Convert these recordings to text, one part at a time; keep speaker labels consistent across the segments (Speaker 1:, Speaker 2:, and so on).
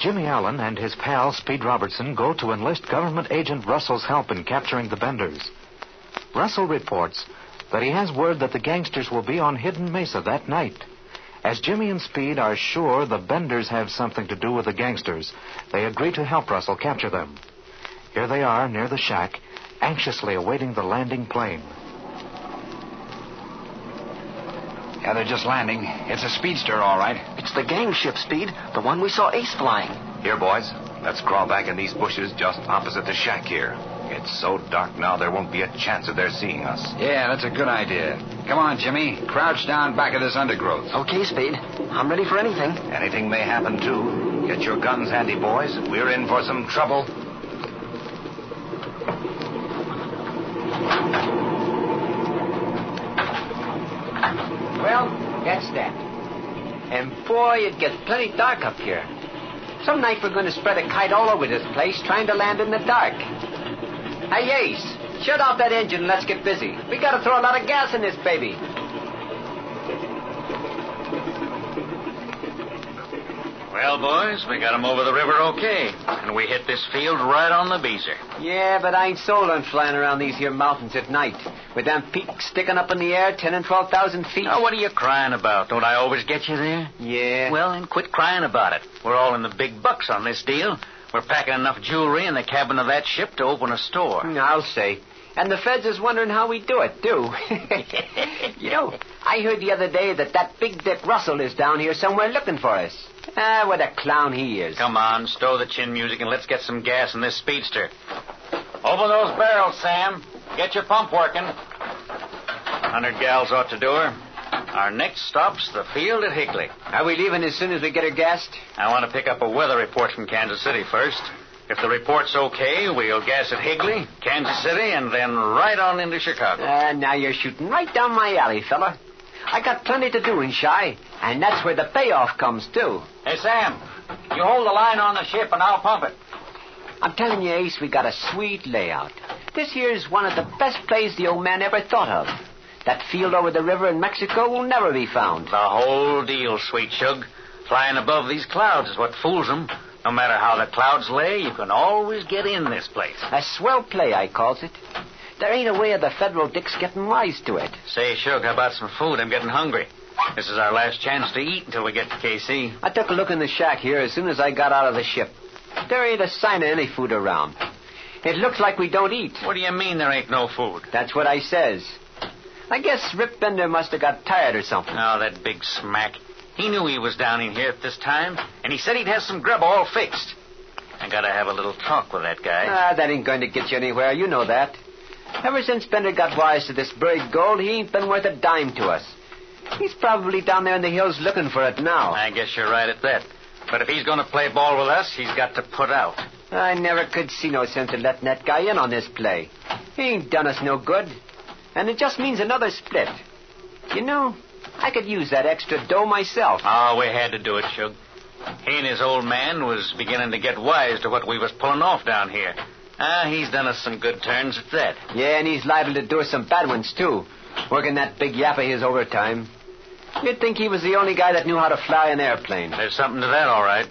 Speaker 1: Jimmy Allen and his pal, Speed Robertson, go to enlist government agent Russell's help in capturing the Benders. Russell reports that he has word that the gangsters will be on Hidden Mesa that night. As Jimmy and Speed are sure the Benders have something to do with the gangsters, they agree to help Russell capture them. Here they are near the shack, anxiously awaiting the landing plane.
Speaker 2: Yeah, they're just landing. It's a speedster, all right.
Speaker 3: It's the gang ship, Speed. The one we saw Ace flying.
Speaker 2: Here, boys. Let's crawl back in these bushes just opposite the shack here. It's so dark now there won't be a chance of their seeing us. Yeah, that's a good idea. Come on, Jimmy. Crouch down back of this undergrowth.
Speaker 3: Okay, Speed. I'm ready for anything.
Speaker 2: Anything may happen, too. Get your guns handy, boys. We're in for some trouble.
Speaker 4: Well, that's that. And boy, it gets plenty dark up here. Some night we're going to spread a kite all over this place trying to land in the dark. Hey, Ace, shut off that engine and let's get busy. We got to throw a lot of gas in this baby.
Speaker 5: Well, boys, we got 'em over the river okay, and we hit this field right on the beezer.
Speaker 4: Yeah, but I ain't sold on flying around these here mountains at night with them peaks sticking up in the air, ten and twelve thousand feet.
Speaker 5: Now, what are you crying about? Don't I always get you there?
Speaker 4: Yeah.
Speaker 5: Well, then quit crying about it. We're all in the big bucks on this deal. We're packing enough jewelry in the cabin of that ship to open a store.
Speaker 4: Mm, I'll say. And the feds is wondering how we do it, too. you know, I heard the other day that that big Dick Russell is down here somewhere looking for us. Ah, what a clown he is.
Speaker 5: Come on, stow the chin music and let's get some gas in this speedster. Open those barrels, Sam. Get your pump working. Hundred gals ought to do her. Our next stop's the field at Hickley.
Speaker 4: Are we leaving as soon as we get her gassed?
Speaker 5: I want to pick up a weather report from Kansas City first. If the report's okay, we'll gas at Higley, Kansas City, and then right on into Chicago.
Speaker 4: Ah, now you're shooting right down my alley, fella. I got plenty to do in Shy, and that's where the payoff comes, too.
Speaker 5: Hey, Sam, you hold the line on the ship and I'll pump it.
Speaker 4: I'm telling you, Ace, we got a sweet layout. This here's one of the best plays the old man ever thought of. That field over the river in Mexico will never be found.
Speaker 5: The whole deal, sweet chug. Flying above these clouds is what fools 'em. No matter how the clouds lay, you can always get in this place.
Speaker 4: A swell play, I calls it. There ain't a way of the federal dicks getting wise to it.
Speaker 5: Say, Shug, how about some food? I'm getting hungry. This is our last chance to eat until we get to KC.
Speaker 4: I took a look in the shack here as soon as I got out of the ship. There ain't a sign of any food around. It looks like we don't eat.
Speaker 5: What do you mean there ain't no food?
Speaker 4: That's what I says. I guess Rip Bender must have got tired or something.
Speaker 5: Oh, that big smack. He knew he was down in here at this time, and he said he'd have some grub all fixed. I gotta have a little talk with that guy.
Speaker 4: Ah, that ain't going to get you anywhere. You know that. Ever since Bender got wise to this buried gold, he ain't been worth a dime to us. He's probably down there in the hills looking for it now.
Speaker 5: I guess you're right at that. But if he's gonna play ball with us, he's got to put out.
Speaker 4: I never could see no sense in letting that guy in on this play. He ain't done us no good. And it just means another split. You know, I could use that extra dough myself.
Speaker 5: Oh, we had to do it, Shug. He and his old man was beginning to get wise to what we was pulling off down here. Ah, he's done us some good turns at that.
Speaker 4: Yeah, and he's liable to do us some bad ones, too. Working that big yap of his overtime. You'd think he was the only guy that knew how to fly an airplane.
Speaker 5: There's something to that, all right.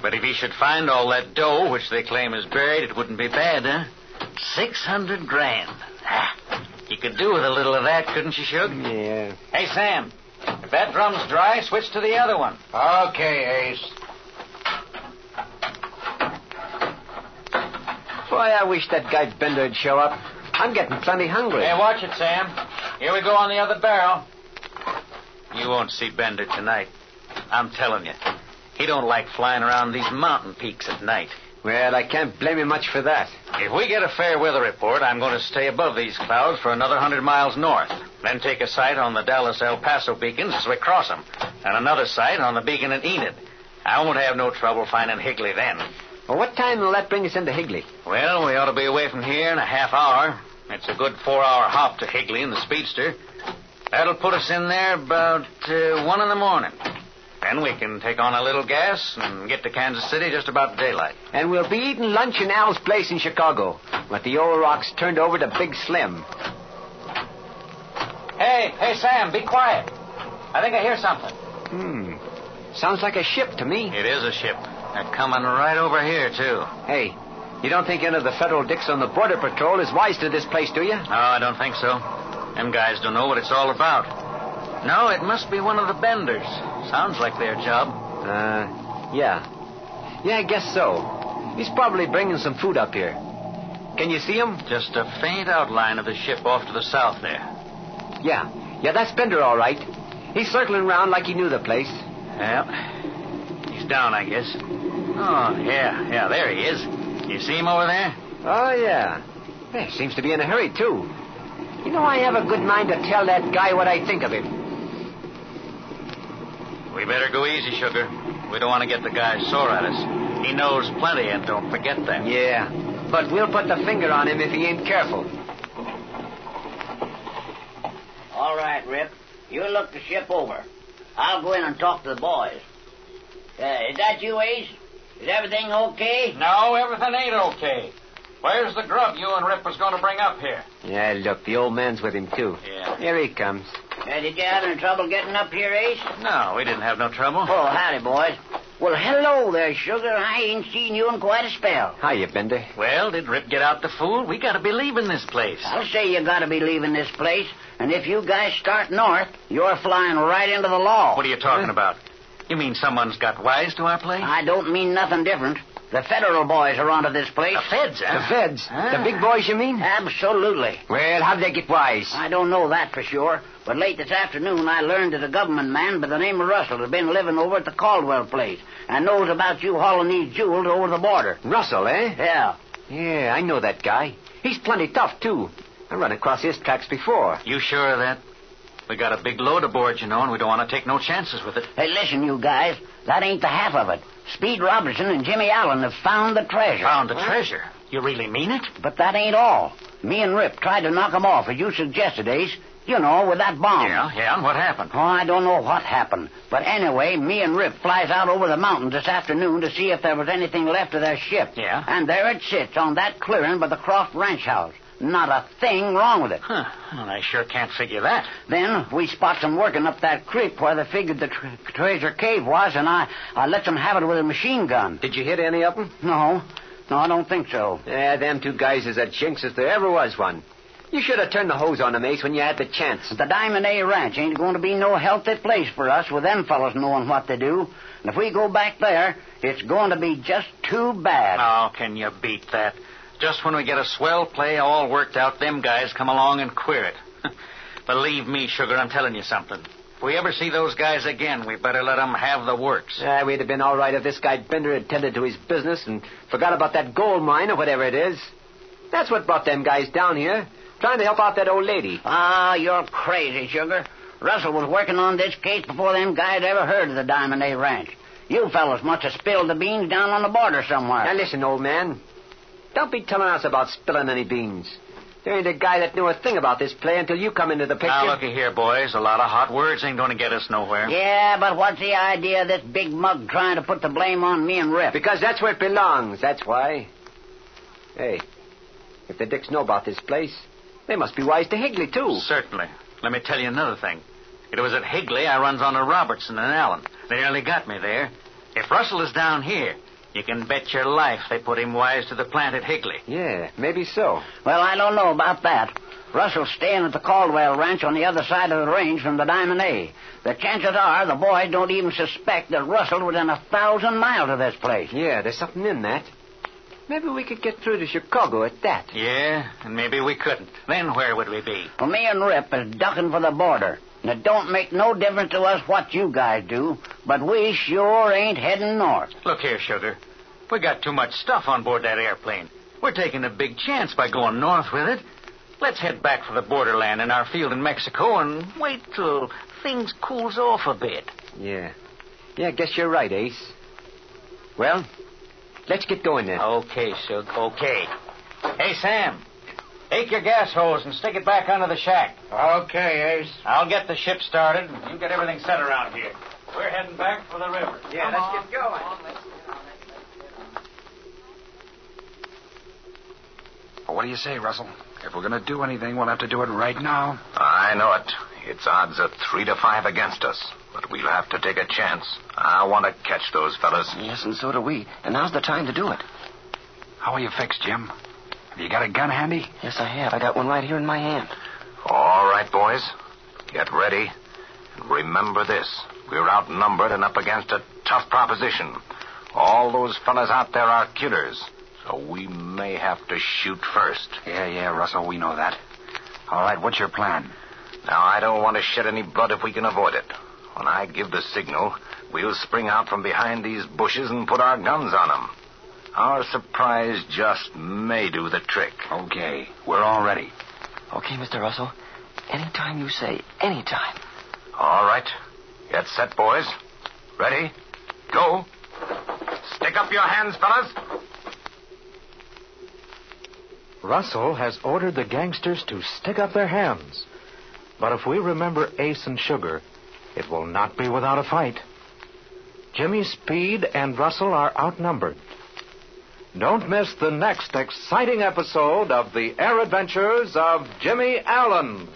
Speaker 5: But if he should find all that dough, which they claim is buried, it wouldn't be bad, huh? Six hundred grand. Ah, you could do with a little of that, couldn't you, Shug?
Speaker 4: Yeah.
Speaker 5: Hey, Sam, if that drum's dry, switch to the other one.
Speaker 2: Okay, Ace.
Speaker 4: Boy, I wish that guy Bender'd show up. I'm getting plenty hungry.
Speaker 5: Hey, watch it, Sam. Here we go on the other barrel. You won't see Bender tonight. I'm telling you. He don't like flying around these mountain peaks at night.
Speaker 4: Well, I can't blame him much for that.
Speaker 5: If we get a fair weather report, I'm going to stay above these clouds for another hundred miles north. Then take a sight on the Dallas El Paso beacons as we cross 'em, and another sight on the beacon at Enid. I won't have no trouble finding Higley then.
Speaker 4: Well, what time will that bring us into Higley?
Speaker 5: Well, we ought to be away from here in a half hour. It's a good four hour hop to Higley in the speedster. That'll put us in there about uh, one in the morning. Then we can take on a little gas and get to Kansas City just about daylight.
Speaker 4: And we'll be eating lunch in Al's place in Chicago. But the old rock's turned over to Big Slim.
Speaker 5: Hey, hey, Sam, be quiet. I think I hear something.
Speaker 4: Hmm. Sounds like a ship to me.
Speaker 5: It is a ship. They're coming right over here, too.
Speaker 4: Hey, you don't think any of the federal dicks on the Border Patrol is wise to this place, do you?
Speaker 5: No, I don't think so. Them guys don't know what it's all about. No, it must be one of the benders. Sounds like their job.
Speaker 4: Uh, yeah. Yeah, I guess so. He's probably bringing some food up here. Can you see him?
Speaker 5: Just a faint outline of the ship off to the south there.
Speaker 4: Yeah. Yeah, that's Bender, all right. He's circling around like he knew the place.
Speaker 5: Well, he's down, I guess. Oh, yeah, yeah, there he is. You see him over there?
Speaker 4: Oh, yeah. Yeah, seems to be in a hurry, too. You know, I have a good mind to tell that guy what I think of him.
Speaker 5: We better go easy, Sugar. We don't want to get the guy sore at us. He knows plenty, and don't forget that.
Speaker 4: Yeah. But we'll put the finger on him if he ain't careful.
Speaker 6: All right, Rip. You look the ship over. I'll go in and talk to the boys. Uh, is that you, Ace? Is everything okay?
Speaker 5: No, everything ain't okay. Where's the grub you and Rip was going to bring up here?
Speaker 4: Yeah, look, the old man's with him, too.
Speaker 5: Yeah.
Speaker 4: Here he comes.
Speaker 6: Uh, did you have any trouble getting up here, Ace?
Speaker 5: No, we didn't have no trouble.
Speaker 6: Oh, howdy, boys. Well, hello there, Sugar. I ain't seen you in quite a spell.
Speaker 4: Hiya, Bender.
Speaker 5: Well, did Rip get out the fool? We got to be leaving this place.
Speaker 6: I'll say you gotta be leaving this place, and if you guys start north, you're flying right into the law.
Speaker 5: What are you talking about? You mean someone's got wise to our place?
Speaker 6: I don't mean nothing different. The federal boys are onto this place.
Speaker 5: The feds, huh?
Speaker 4: The feds.
Speaker 6: Huh?
Speaker 4: The big boys, you mean?
Speaker 6: Absolutely.
Speaker 4: Well, how'd they get wise?
Speaker 6: I don't know that for sure, but late this afternoon I learned that a government man by the name of Russell has been living over at the Caldwell place and knows about you hauling these jewels over the border.
Speaker 4: Russell, eh?
Speaker 6: Yeah.
Speaker 4: Yeah, I know that guy. He's plenty tough, too. I run across his tracks before.
Speaker 5: You sure of that? We got a big load aboard, you know, and we don't want to take no chances with it.
Speaker 6: Hey, listen, you guys. That ain't the half of it. Speed Robertson and Jimmy Allen have found the treasure.
Speaker 5: Found the treasure. You really mean it?
Speaker 6: But that ain't all. Me and Rip tried to knock 'em off, as you suggested, Ace. You know, with that bomb.
Speaker 5: Yeah, yeah. And what happened?
Speaker 6: Oh, I don't know what happened. But anyway, me and Rip flies out over the mountains this afternoon to see if there was anything left of their ship.
Speaker 5: Yeah.
Speaker 6: And there it sits on that clearing by the Croft Ranch House. Not a thing wrong with it.
Speaker 5: Huh. Well, I sure can't figure that.
Speaker 6: Then we spot them working up that creek where they figured the tre- treasure cave was, and I, I let them have it with a machine gun.
Speaker 4: Did you hit any of them?
Speaker 6: No, no, I don't think so.
Speaker 4: Yeah, them two guys is a jinx if there ever was one. You should have turned the hose on them, Ace, when you had the chance.
Speaker 6: The Diamond A Ranch ain't going to be no healthy place for us with them fellows knowing what they do. And if we go back there, it's going to be just too bad.
Speaker 5: How can you beat that? Just when we get a swell play all worked out, them guys come along and queer it. Believe me, Sugar, I'm telling you something. If we ever see those guys again, we better let 'em have the works.
Speaker 4: Yeah, Uh, we'd have been all right if this guy Bender had tended to his business and forgot about that gold mine or whatever it is. That's what brought them guys down here, trying to help out that old lady.
Speaker 6: Ah, you're crazy, Sugar. Russell was working on this case before them guys ever heard of the Diamond A Ranch. You fellows must have spilled the beans down on the border somewhere.
Speaker 4: Now listen, old man. Don't be telling us about spilling any beans. There ain't a guy that knew a thing about this play until you come into the picture.
Speaker 5: Now, looky here, boys. A lot of hot words ain't going to get us nowhere.
Speaker 6: Yeah, but what's the idea of this big mug trying to put the blame on me and Rip?
Speaker 4: Because that's where it belongs, that's why. Hey, if the dicks know about this place, they must be wise to Higley, too.
Speaker 5: Certainly. Let me tell you another thing. It was at Higley I runs on to Robertson and Allen. They nearly got me there. If Russell is down here, you can bet your life they put him wise to the plant at Higley.
Speaker 4: Yeah, maybe so.
Speaker 6: Well, I don't know about that. Russell's staying at the Caldwell Ranch on the other side of the range from the Diamond A. The chances are the boys don't even suspect that Russell was in a thousand miles of this place.
Speaker 4: Yeah, there's something in that. Maybe we could get through to Chicago at that.
Speaker 5: Yeah, and maybe we couldn't. Then where would we be?
Speaker 6: Well, me and Rip is ducking for the border. And it don't make no difference to us what you guys do, but we sure ain't heading north.
Speaker 5: Look here, Sugar. We got too much stuff on board that airplane. We're taking a big chance by going north with it. Let's head back for the borderland in our field in Mexico and wait till things cools off a bit.
Speaker 4: Yeah. Yeah, I guess you're right, Ace. Well, let's get going then.
Speaker 5: Okay, Sug. Okay. Hey, Sam. Take your gas hose and stick it back under the shack.
Speaker 2: Okay, Ace.
Speaker 5: I'll get the ship started. and You get everything set around here. We're heading back for the river.
Speaker 4: yeah, let's get going.
Speaker 2: What do you say, Russell? If we're going to do anything, we'll have to do it right now.
Speaker 7: I know it. Its odds are three to five against us, but we'll have to take a chance.
Speaker 5: I want to catch those fellas.
Speaker 4: Yes, and so do we. And now's the time to do it.
Speaker 5: How are you fixed, Jim? Have you got a gun handy?
Speaker 4: Yes, I have. I got one right here in my hand.
Speaker 5: All right, boys. Get ready. Remember this. We're outnumbered and up against a tough proposition. All those fellas out there are killers, so we may have to shoot first. Yeah, yeah, Russell, we know that. All right, what's your plan? Now, I don't want to shed any blood if we can avoid it. When I give the signal, we'll spring out from behind these bushes and put our guns on them. Our surprise just may do the trick. Okay, we're all ready.
Speaker 4: Okay, Mr. Russell. Anytime you say, anytime.
Speaker 5: All right. Get set, boys. Ready? Go. Stick up your hands, fellas.
Speaker 1: Russell has ordered the gangsters to stick up their hands. But if we remember Ace and Sugar, it will not be without a fight. Jimmy Speed and Russell are outnumbered. Don't miss the next exciting episode of the Air Adventures of Jimmy Allen.